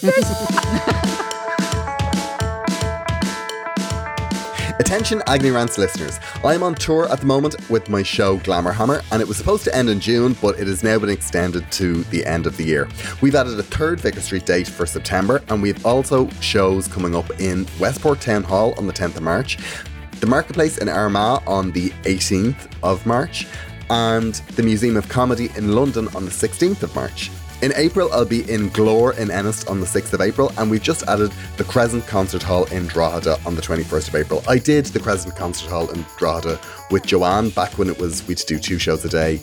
S2: Attention Agni Rants listeners, I'm on tour at the moment with my show Glamour Hammer, and it was supposed to end in June, but it has now been extended to the end of the year. We've added a third Vicar Street date for September, and we've also shows coming up in Westport Town Hall on the 10th of March, the Marketplace in Armagh on the 18th of March, and the Museum of Comedy in London on the 16th of March. In April, I'll be in Glore in Ennis on the 6th of April, and we've just added the Crescent Concert Hall in Drogheda on the 21st of April. I did the Crescent Concert Hall in Drogheda with Joanne back when it was we'd do two shows a day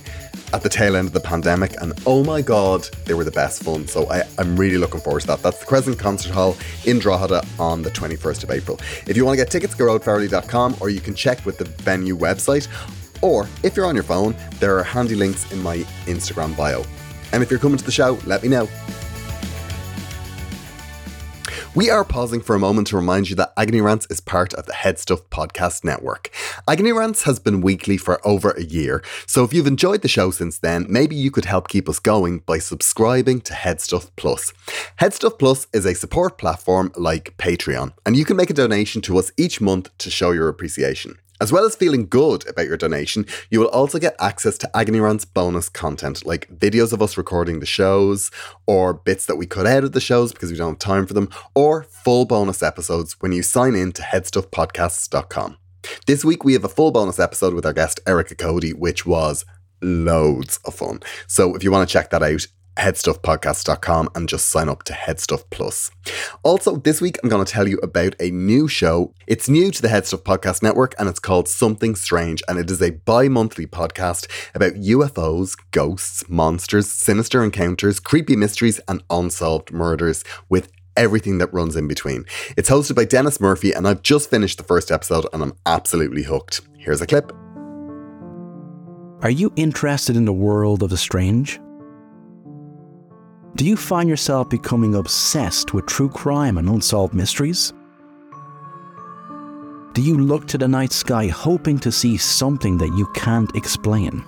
S2: at the tail end of the pandemic, and oh my god, they were the best fun. So I, I'm really looking forward to that. That's the Crescent Concert Hall in Drogheda on the 21st of April. If you want to get tickets, go to roadfarley.com or you can check with the venue website, or if you're on your phone, there are handy links in my Instagram bio. And if you're coming to the show, let me know. We are pausing for a moment to remind you that Agony Rants is part of the Head Stuff Podcast Network. Agony Rants has been weekly for over a year, so if you've enjoyed the show since then, maybe you could help keep us going by subscribing to Head Stuff Plus. Head Stuff Plus is a support platform like Patreon, and you can make a donation to us each month to show your appreciation. As well as feeling good about your donation, you will also get access to Agony Rant's bonus content, like videos of us recording the shows, or bits that we cut out of the shows because we don't have time for them, or full bonus episodes when you sign in to headstuffpodcasts.com. This week, we have a full bonus episode with our guest, Erica Cody, which was loads of fun. So if you want to check that out, headstuffpodcast.com and just sign up to Headstuff Plus. Also, this week I'm going to tell you about a new show. It's new to the Headstuff Podcast Network and it's called Something Strange and it is a bi-monthly podcast about UFOs, ghosts, monsters, sinister encounters, creepy mysteries and unsolved murders with everything that runs in between. It's hosted by Dennis Murphy and I've just finished the first episode and I'm absolutely hooked. Here's a clip.
S1: Are you interested in the world of the strange? Do you find yourself becoming obsessed with true crime and unsolved mysteries? Do you look to the night sky hoping to see something that you can't explain?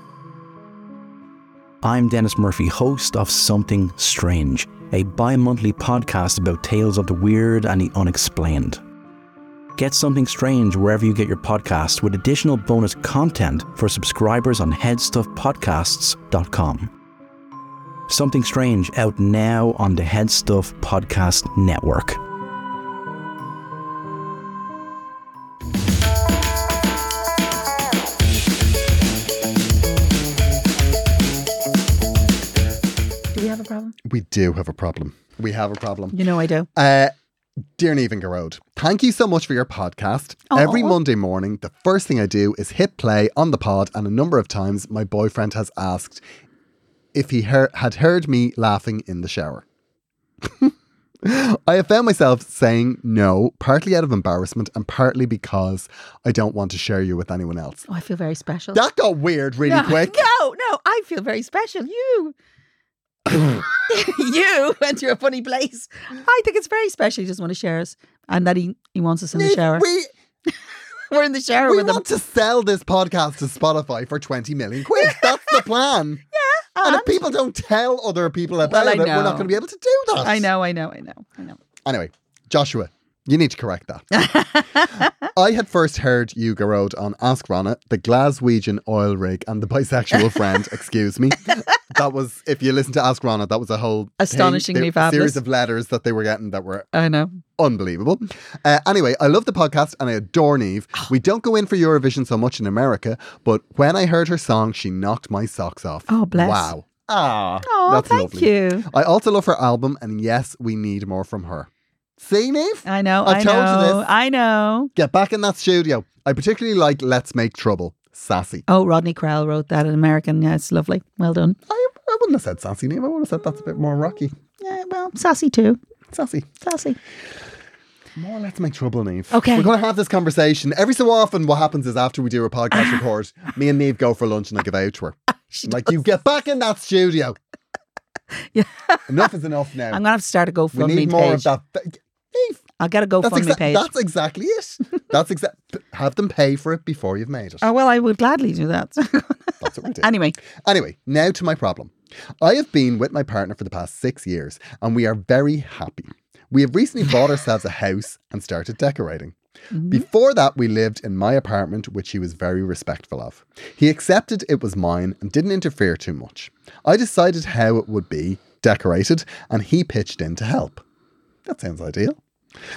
S1: I'm Dennis Murphy, host of Something Strange, a bi monthly podcast about tales of the weird and the unexplained. Get Something Strange wherever you get your podcasts with additional bonus content for subscribers on headstuffpodcasts.com. Something Strange out now on the Head Stuff Podcast Network.
S3: Do we have a problem?
S2: We do have a problem. We have a problem.
S3: You know I do.
S2: Uh, dear Neve and Garode, thank you so much for your podcast. Every
S3: Aw.
S2: Monday morning, the first thing I do is hit play on the pod, and a number of times my boyfriend has asked if he hear- had heard me laughing in the shower. I have found myself saying no, partly out of embarrassment and partly because I don't want to share you with anyone else.
S3: Oh, I feel very special.
S2: That got weird really
S3: no,
S2: quick.
S3: No, no, I feel very special. You. you went to a funny place. I think it's very special. He doesn't want to share us, and that he, he wants us in the
S2: Neve,
S3: shower.
S2: We,
S3: We're in the shower
S2: we
S3: with him.
S2: want to sell this podcast to Spotify for 20 million quid. That's the plan. And
S3: And-
S2: if people don't tell other people about
S3: Well, I
S2: it, we're
S3: know.
S2: not going to be able to do that.
S3: I know, I know, I know, I know.
S2: Anyway, Joshua, you need to correct that. I had first heard you, Garode, on Ask Rana, the Glaswegian oil rig, and the bisexual friend. Excuse me. That was, if you listen to Ask Rana, that was a whole thing.
S3: Astonishingly
S2: They-
S3: fabulous.
S2: series of letters that they were getting that were
S3: I know.
S2: unbelievable. Uh, anyway, I love the podcast and I adore Neve.
S3: Ah.
S2: We don't go in for Eurovision so much in America, but when I heard her song, she knocked my socks off.
S3: Oh, bless.
S2: Wow. Ah,
S3: Oh,
S2: that's
S3: thank
S2: lovely.
S3: you.
S2: I also love her album, and yes, we need more from her. See, Neve?
S3: I know.
S2: I
S3: I
S2: told you
S3: know.
S2: this.
S3: I know.
S2: Get back in that studio. I particularly like Let's Make Trouble. Sassy.
S3: Oh, Rodney Crowell wrote that in American. Yeah, it's lovely. Well done.
S2: I, I wouldn't have said sassy, Neve. I would have said that's a bit more rocky.
S3: Yeah, well, sassy too.
S2: Sassy.
S3: Sassy.
S2: More Let's Make Trouble, Neve.
S3: Okay.
S2: We're going to have this conversation. Every so often, what happens is after we do a podcast record, me and Neve go for lunch and I give out to her.
S3: She
S2: like, you get back in that studio.
S3: Yeah.
S2: Enough is enough now.
S3: I'm gonna have to start a
S2: we
S3: GoFundMe
S2: need more
S3: page.
S2: of that. Neve,
S3: I'll get a
S2: that's,
S3: GoFundMe
S2: exa-
S3: page.
S2: that's exactly it. That's exact. Have them pay for it before you've made it.
S3: Oh well, I would gladly do that.
S2: That's what we do.
S3: anyway,
S2: Anyway, now to my problem. I have been with my partner for the past six years and we are very happy. We have recently bought ourselves a house and started decorating.
S3: Mm-hmm.
S2: Before that, we lived in my apartment, which he was very respectful of. He accepted it was mine and didn't interfere too much. I decided how it would be decorated and he pitched in to help. That sounds ideal.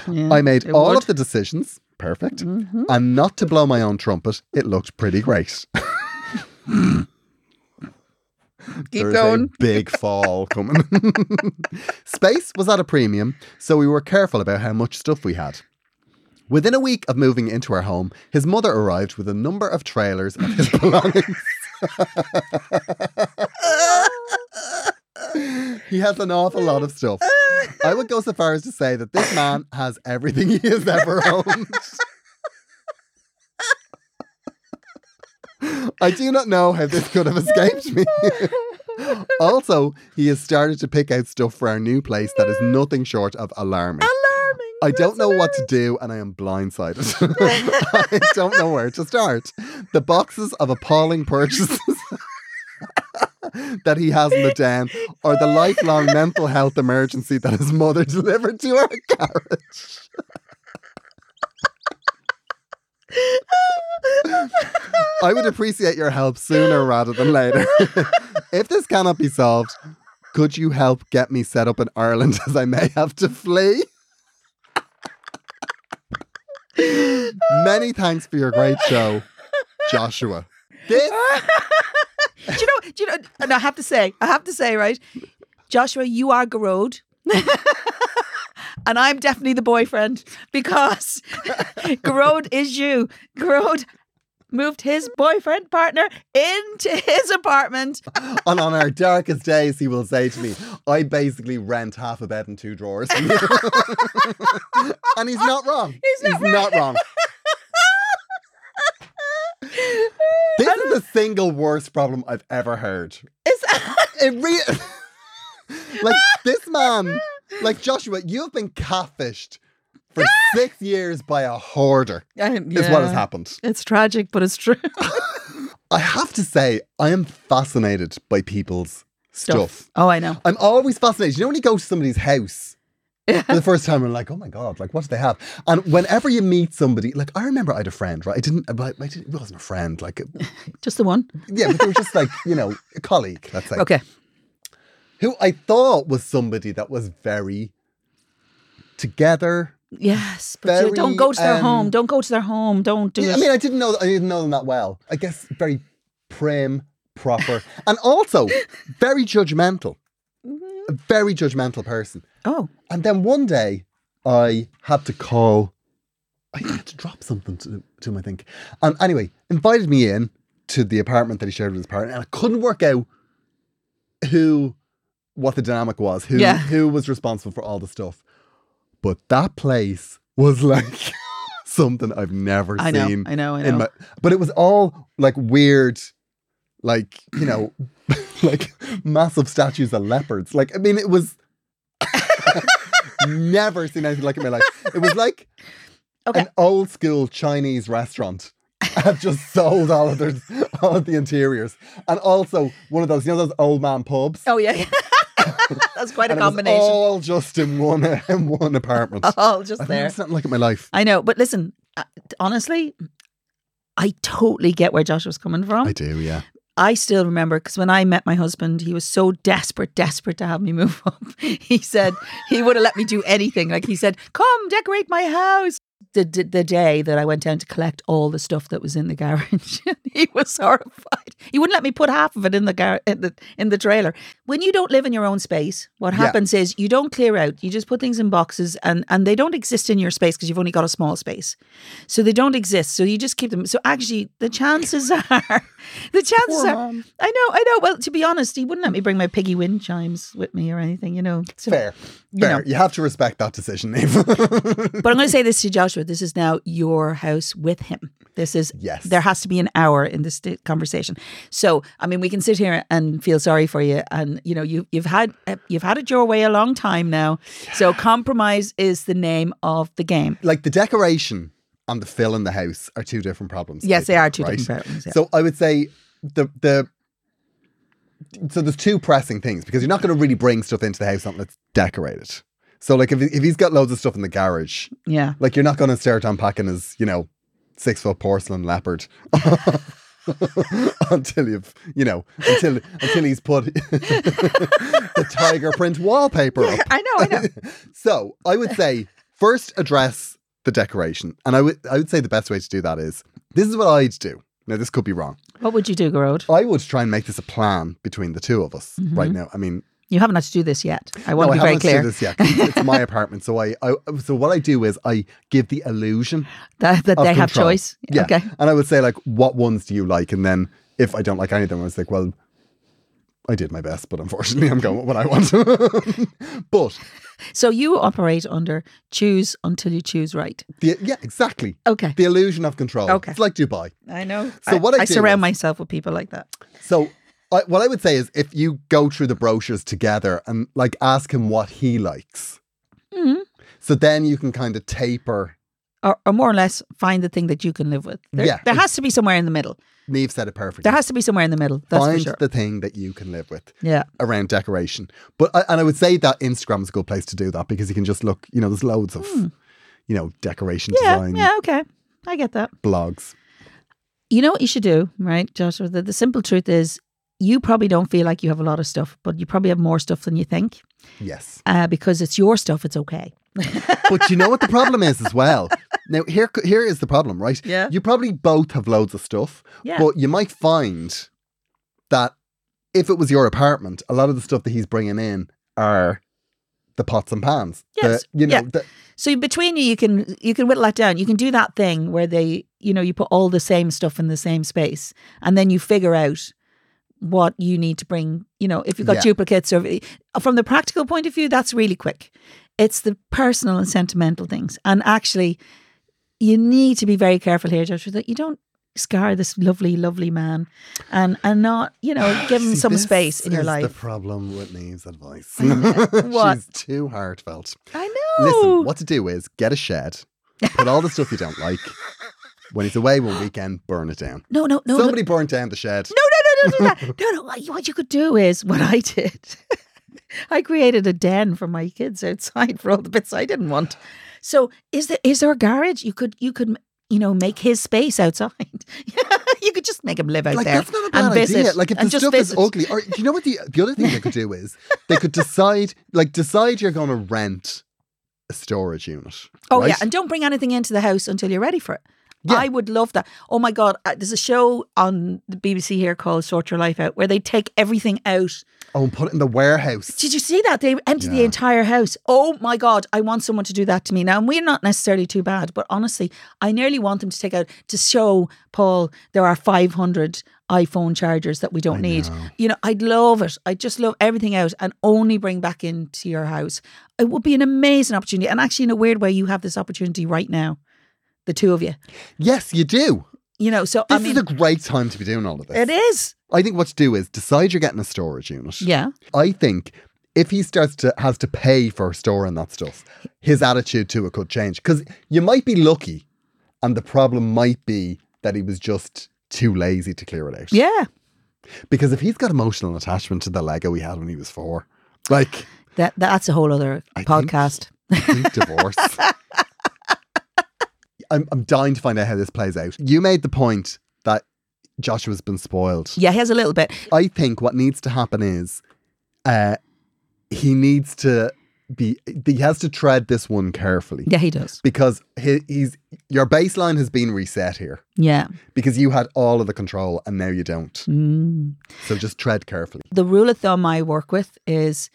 S3: yeah,
S2: I made
S3: it
S2: all
S3: would. Mm-hmm.
S2: of the decisions. Perfect. And not to blow my own trumpet, it looked pretty great.
S3: keep
S2: There's
S3: going.
S2: A big fall coming. Space was at a premium, so we were careful about how much stuff we had. Within a week of moving into our home, his mother arrived with a number of trailers of his belongings. he has an awful lot of stuff. I would go so far as to say that this man has everything he has ever owned. I do not know how this could have escaped me. also, he has started to pick out stuff for our new place that is nothing short of alarming.
S3: Alarming.
S2: I don't know what to do and I am blindsided. I don't know where to start. The boxes of appalling purchases that he has in the den or the lifelong mental health emergency that his mother delivered to her carriage. I would appreciate your help sooner rather than later. if this cannot be solved, could you help get me set up in Ireland as I may have to flee? Many thanks for your great show, Joshua. This
S3: do you know? Do you know? And I have to say, I have to say, right, Joshua, you are garode. And I'm definitely the boyfriend because Garode is you. Garode moved his boyfriend partner into his apartment.
S2: and on our darkest days, he will say to me, I basically rent half a bed and two drawers. and he's not wrong. He's not, wrong. this is the single worst problem I've ever heard.
S3: Is
S2: It re- like this man, like Joshua, you've been catfished for six years by a hoarder. Is what has happened.
S3: It's tragic, but it's true.
S2: I have to say, I am fascinated by people's stuff.
S3: Oh, I know.
S2: I'm always fascinated. You know when you go to somebody's house for the first time, and like, oh my god, like what do they have? And whenever you meet somebody, like I remember I had a friend, right? I didn't, I, I didn't, it wasn't a friend, like
S3: Just the one.
S2: yeah, but they were just like you know a colleague, let's say,
S3: Okay.
S2: who I thought was somebody that was very together.
S3: Yes, but you
S2: Very,
S3: don't go to their
S2: um,
S3: home. Don't go to their home. Don't do
S2: Yeah,
S3: it.
S2: I mean, I didn't know, I didn't know them that well. I guess very prim, proper, and also very judgmental. A
S3: Mm-hmm.
S2: very judgmental person.
S3: oh,
S2: And then one day I had to call, I had to drop something to, to him, I think. And anyway, invited me in to the apartment that he shared with his partner, and I couldn't work out who, what the dynamic was, who,
S3: Yeah.
S2: who was responsible for all the stuff. But that place was like something I've never
S3: I know.
S2: seen.
S3: I know. I know.
S2: in my, but it was all like weird, like, you know, like massive statues of leopards. Like, I mean, it was never seen anything like it in my life. It was like
S3: Okay.
S2: an old school Chinese restaurant. had just sold all of their all of the interiors, and also one of those you know those old man pubs.
S3: oh, yeah. That's quite a
S2: and it was
S3: combination.
S2: all just in one in one apartment.
S3: all just
S2: I've
S3: there.
S2: never seen nothing like it in my life.
S3: I know, but listen, uh, honestly, I totally get where Josh was coming from.
S2: I
S3: I,
S2: do, yeah.
S3: still remember because when I met my husband, he was so desperate, desperate to have me move up. He said he would have let me do anything. Like he said, "Come decorate my house." The, the, the day that I went down to collect all the stuff that was in the garage, he was horrified. He wouldn't let me put half of it in the gar- in the in the trailer. When you don't live in your own space, what
S2: Yeah.
S3: happens is you don't clear out. You just put things in boxes, and and they don't exist in your space because you've only got a small space. So they don't exist. So you just keep them. So actually, the chances are, the chances
S2: Poor
S3: are.
S2: man.
S3: I know, I know. Well, to be honest, he wouldn't let me bring my piggy wind chimes with me or anything, you know. So,
S2: Fair, fair. You,
S3: know.
S2: have to respect that decision, Eve.
S3: But I'm going to say this to Joshua: this is now your house with him. This is
S2: Yes.
S3: There has to be an hour in this di- conversation. So, I mean, we can sit here and feel sorry for you, and you know, you you've had uh, you've had it your way a long time now. So, compromise is the name of the game.
S2: like the decoration and the fill in the house are two different problems. I
S3: Yes, they
S2: think,
S3: are two
S2: right?
S3: different problems. Yeah.
S2: So I would say the the so there's two pressing things because you're not going to really bring stuff into the house until it's decorated. So like if if he's got loads of stuff in the garage,
S3: yeah.
S2: like you're not going to start unpacking his you know six foot porcelain leopard. until you've you know until until he's put the tiger print wallpaper up
S3: I know, I know.
S2: so I would say first address the decoration, and I would I would say the best way to do that is this is what I'd do. Now this could be wrong.
S3: What would you do, Garode?
S2: I would try and make this a plan between the two of us right now. I mean,
S3: Mm-hmm. You haven't had to do this yet. I want
S2: no,
S3: to
S2: I
S3: be very
S2: haven't
S3: clear.
S2: said this yet. 'cause It's my apartment, so I, I so what I do is I give the illusion
S3: that, that
S2: of
S3: they have
S2: control.
S3: choice.
S2: Yeah.
S3: Okay.
S2: And I would say like, what ones do you like? And then if I don't like any of them, I was like, well, I did my best, but unfortunately, I'm going with what I want. but
S3: So you operate under choose until you choose right.
S2: the, yeah, exactly.
S3: Okay.
S2: The illusion of control.
S3: Okay.
S2: It's like Dubai.
S3: I know.
S2: So
S3: I,
S2: what I do
S3: surround
S2: is-
S3: myself with people like that.
S2: So, I, what I would say is, if
S3: Mm-hmm.
S2: you go through the brochures together and like ask him what he likes. So then you can kind of taper.
S3: or, or more or less find the thing that you can live with. There,
S2: Yeah.
S3: there has to be somewhere in the middle.
S2: Neve said it perfectly.
S3: There has to be somewhere in the middle. That's
S2: Find
S3: for sure.
S2: the thing that you can live with.
S3: yeah.
S2: around decoration. But I, and I would say that Instagram's a good place to do that because you can just look. You know, there's loads of you know decoration
S3: Hmm. Yeah.
S2: design
S3: Yeah. Okay. I get that.
S2: blogs.
S3: You know what you should do, right, Joshua? The, the simple truth is you probably don't feel like you have a lot of stuff, but you probably have more stuff than you think
S2: Yes,
S3: uh, because it's your stuff. It's okay.
S2: but you know what the problem is as well. Now here c- here is the problem, right?
S3: Yeah.
S2: You probably both have loads of stuff,
S3: Yeah.
S2: but you might find that if it was your apartment, a lot of the stuff that he's bringing in are the pots and pans. the-
S3: Yes,
S2: you know,
S3: yeah.
S2: the-
S3: So between you, you can you can whittle that down. You can do that thing where they, you know, you put all the same stuff in the same space, and then you figure out what you need to bring. You know, if you've got
S2: Yeah.
S3: duplicates or uh, from the practical point of view, that's really quick. It's the personal and sentimental things, and actually, you need to be very careful here, Joshua, that you don't scar this lovely, lovely man, and and not you know give him
S2: See,
S3: some
S2: this
S3: space in your
S2: is The
S3: life.
S2: problem with Neve's advice.
S3: What?
S2: She's too heartfelt.
S3: I know.
S2: Listen, what to do is get a shed, put all the stuff you don't like. When he's away one weekend, burn it down.
S3: no, no, no. no.
S2: Somebody burnt down the shed.
S3: no, no, no, no, no, no. What you- what you could do is what I did. I created a den for my kids outside for all the bits I didn't want. So is there is there a garage? You could you could you know make his space outside. you could just make him live out
S2: Like
S3: there
S2: that's not a bad
S3: and visit.
S2: idea. Like if the
S3: and just
S2: stuff is
S3: visit.
S2: ugly, or you know what the the other thing they could do is they could decide, like decide you're going to rent a storage unit.
S3: Oh
S2: right?
S3: yeah, and don't bring anything into the house until you're ready for it.
S2: Yeah.
S3: I would love that. Oh my god, uh, there's a show on the BBC here called Sort Your Life Out where they take everything out
S2: oh, and put it in the warehouse.
S3: Did you see that? They emptied the
S2: Yeah.
S3: entire house. Oh my God, I want someone to do that to me. Now, and we're not necessarily too bad, but honestly, I nearly want them to take out to show Paul there are 500 iPhone chargers that we don't need. You know, I'd love it. I'd just love everything out and only bring back into your house. It would be an amazing opportunity. And actually, in a weird way, you have this opportunity right now, the two of you.
S2: Yes, you do.
S3: You know, so
S2: This
S3: I mean,
S2: is a great time to be doing all of this.
S3: it is.
S2: I think what to do is decide you're getting a storage unit.
S3: Yeah.
S2: I think if he starts to has to pay for storing that stuff, his attitude to it could change. Because you might be lucky, and the problem might be that he was just too lazy to clear it out.
S3: Yeah.
S2: Because if he's got emotional attachment to the Lego he had when he was four, like
S3: That, that's a whole other
S2: think-
S3: podcast.
S2: think divorce. I'm, I'm dying to find out how this plays out. You made the point that Joshua's been spoiled.
S3: Yeah, he has a little bit.
S2: I think what needs to happen is uh, he needs to be he has to tread this one carefully
S3: Yeah, he does.
S2: because he, he's your baseline has been reset here
S3: Yeah.
S2: because you had all of the control and now you don't
S3: Mm.
S2: so just tread carefully
S3: The rule of thumb I work with is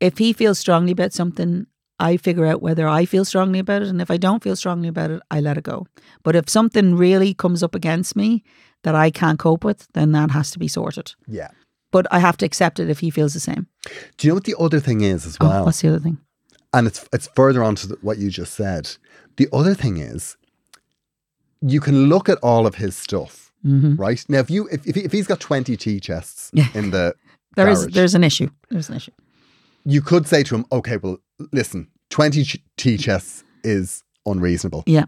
S3: if he feels strongly about something, I figure out whether I feel strongly about it. And if I don't feel strongly about it, I let it go. But if something really comes up against me that I can't cope with, then that has to be sorted.
S2: yeah
S3: But I have to accept it if he feels the same.
S2: do you know what the other thing is as
S3: Oh,
S2: well
S3: what's the other thing?
S2: and it's it's further on to the, what you just said the other thing is you can look at all of his stuff
S3: Mm-hmm.
S2: right now if you if, if, he, if he's got 20 tea chests
S3: Yeah.
S2: in the
S3: There is
S2: Garage.
S3: there's an issue. There's an issue.
S2: you could say to him, okay, well, listen, 20 ch- tea chests is unreasonable.
S3: Yeah.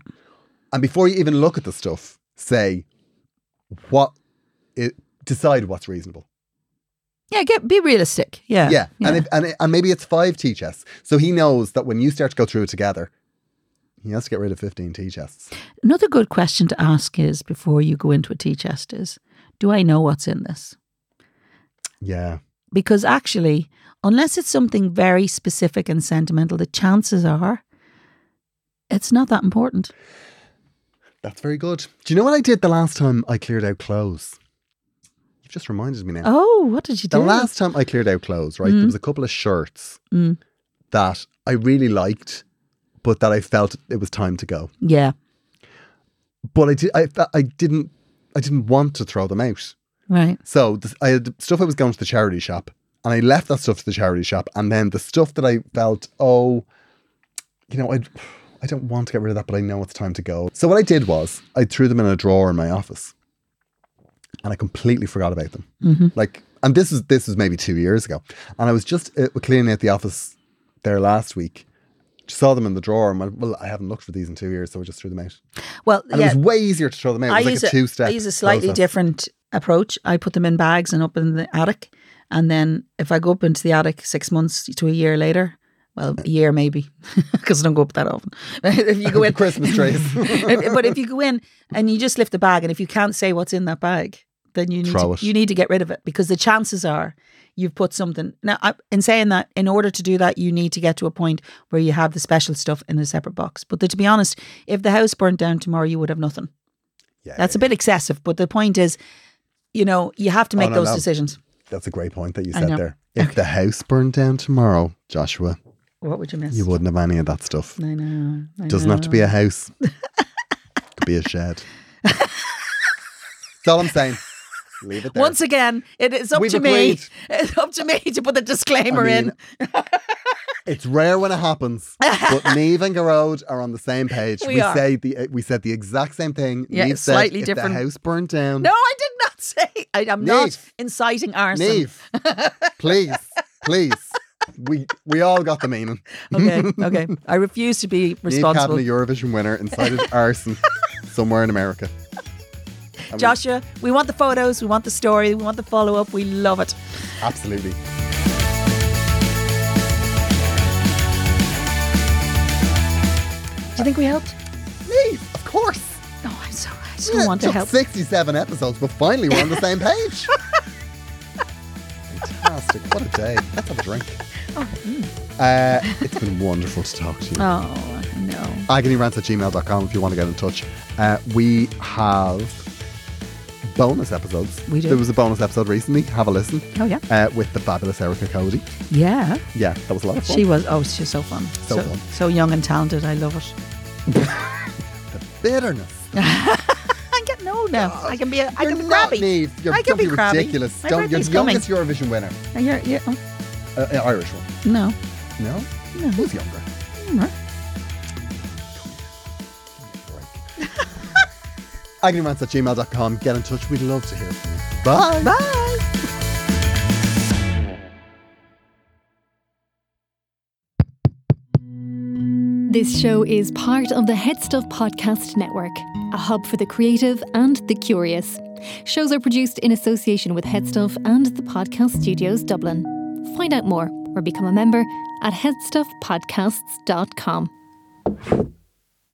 S2: And before you even look at the stuff, say, what, it, decide what's reasonable.
S3: Yeah, get be realistic. Yeah.
S2: Yeah. And, if, and, it- and maybe it's five tea chests. So he knows that when you start to go through it together, he has to get rid of 15 tea chests.
S3: Another good question to ask is before you go into a tea chest is, do I know what's in this?
S2: Yeah.
S3: because actually, unless it's something very specific and sentimental, the chances are it's not that important.
S2: That's very good. Do you know what I did the last time I cleared out clothes? You've just reminded me now.
S3: Oh, what did you do?
S2: The last time I cleared out clothes, right, there was a couple of shirts
S3: Mm.
S2: that I really liked, but that I felt it was time to go.
S3: yeah,
S2: But I did, I, fe- I didn't, I didn't want to throw them out.
S3: right.
S2: So this, I had stuff I was going to the charity shop, and I left that stuff to the charity shop, and then the stuff that I felt, oh, you know, I, I don't want to get rid of that, but I know it's time to go. So what I did was I threw them in a drawer in my office, and I completely forgot about them
S3: Mm-hmm.
S2: like and this was this was maybe two years ago and i was just uh, cleaning out the office there last week She saw them in the drawer and went, Well, I haven't looked for these in two years, so I just threw them out.
S3: Well,
S2: And
S3: yeah,
S2: it was way easier to throw them out. It was like a, two step.
S3: I use a slightly different approach. I put them in bags and up in the attic, and then if I go up into the attic six months to a year later, well, a year maybe, because I don't go up that often. if you go in,
S2: Christmas trees.
S3: If- but if you go in and you just lift the bag, and if you can't say what's in that bag, then you need
S2: Throw
S3: to,
S2: it.
S3: you need to get rid of it because the chances are you've put something. Now, I, in saying that, in order to do that, you need to get to a point where you have the special stuff in a separate box. But to be honest, if the house burnt down tomorrow, you would have nothing.
S2: Yeah,
S3: That's a bit excessive, but the point is, you know, you have to
S2: Oh,
S3: make
S2: no,
S3: those
S2: no.
S3: decisions.
S2: That's a great point that you
S3: I
S2: said
S3: know.
S2: there. If the house burned down tomorrow, Joshua,
S3: What would you miss?
S2: you wouldn't have any of that stuff.
S3: I know. I
S2: Doesn't have to be a house. Could be a shed. That's all I'm saying. Leave it there.
S3: Once again, it is up
S2: We've
S3: to me.
S2: agreed.
S3: It's up to me to put the disclaimer
S2: I
S3: in.
S2: mean, it's rare when it happens, but Neve and Garode are on the same page.
S3: We
S2: We,
S3: are.
S2: say the we said the exact same thing.
S3: Yeah,
S2: Niamh
S3: it's
S2: said,
S3: slightly
S2: if
S3: different.
S2: The house burned down.
S3: No, I did not say. I, am not
S2: Niamh.
S3: inciting arson.
S2: Neve, please, please. We we all got the meaning.
S3: Okay, okay. I refuse to be
S2: Neve
S3: responsible.
S2: Kavanagh, Eurovision winner, incited arson somewhere in America. I mean,
S3: Joshua, we want the photos, we want the story, we want the follow up. We love it.
S2: absolutely.
S3: Do you think we helped?
S2: Neve, of course.
S3: No, I'm so. I just don't want to
S2: took
S3: help.
S2: 67 episodes, but finally we're on the same page. Fantastic. What a day. Let's have a drink. Uh, it's been wonderful to talk to you.
S3: mm. Oh no.
S2: Agonyrants at gmail.com if you want to get in touch. Uh, we have bonus episodes.
S3: We do.
S2: There was a bonus episode recently. Have a listen.
S3: Oh yeah.
S2: Uh, with the fabulous Erica Cody.
S3: Yeah.
S2: Yeah, that was a lot of fun.
S3: She was. Oh, she's so fun.
S2: So fun.
S3: So young and talented. I love it.
S2: Bitterness.
S3: I get no now. I can be. A, I
S2: You're
S3: can be
S2: not
S3: grabby.
S2: Neve. You're,
S3: I can
S2: don't
S3: be
S2: be,
S3: crabby.
S2: ridiculous.
S3: My
S2: Don't, you're
S3: birthday's
S2: the
S3: coming.
S2: youngest Eurovision winner.
S3: Uh, You're, you're, oh,
S2: Uh, uh, Irish one.
S3: no.
S2: No?
S3: No.
S2: Who's younger?
S3: No.
S2: Agonyrants at gmail.com. Get in touch. We'd love to hear from you. Bye.
S3: Bye.
S4: This show is part of the Head Stuff Podcast Network, a hub for the creative and the curious. Shows are produced in association with Headstuff and the Podcast Studios Dublin. Find out more or become a member at headstuffpodcasts.com.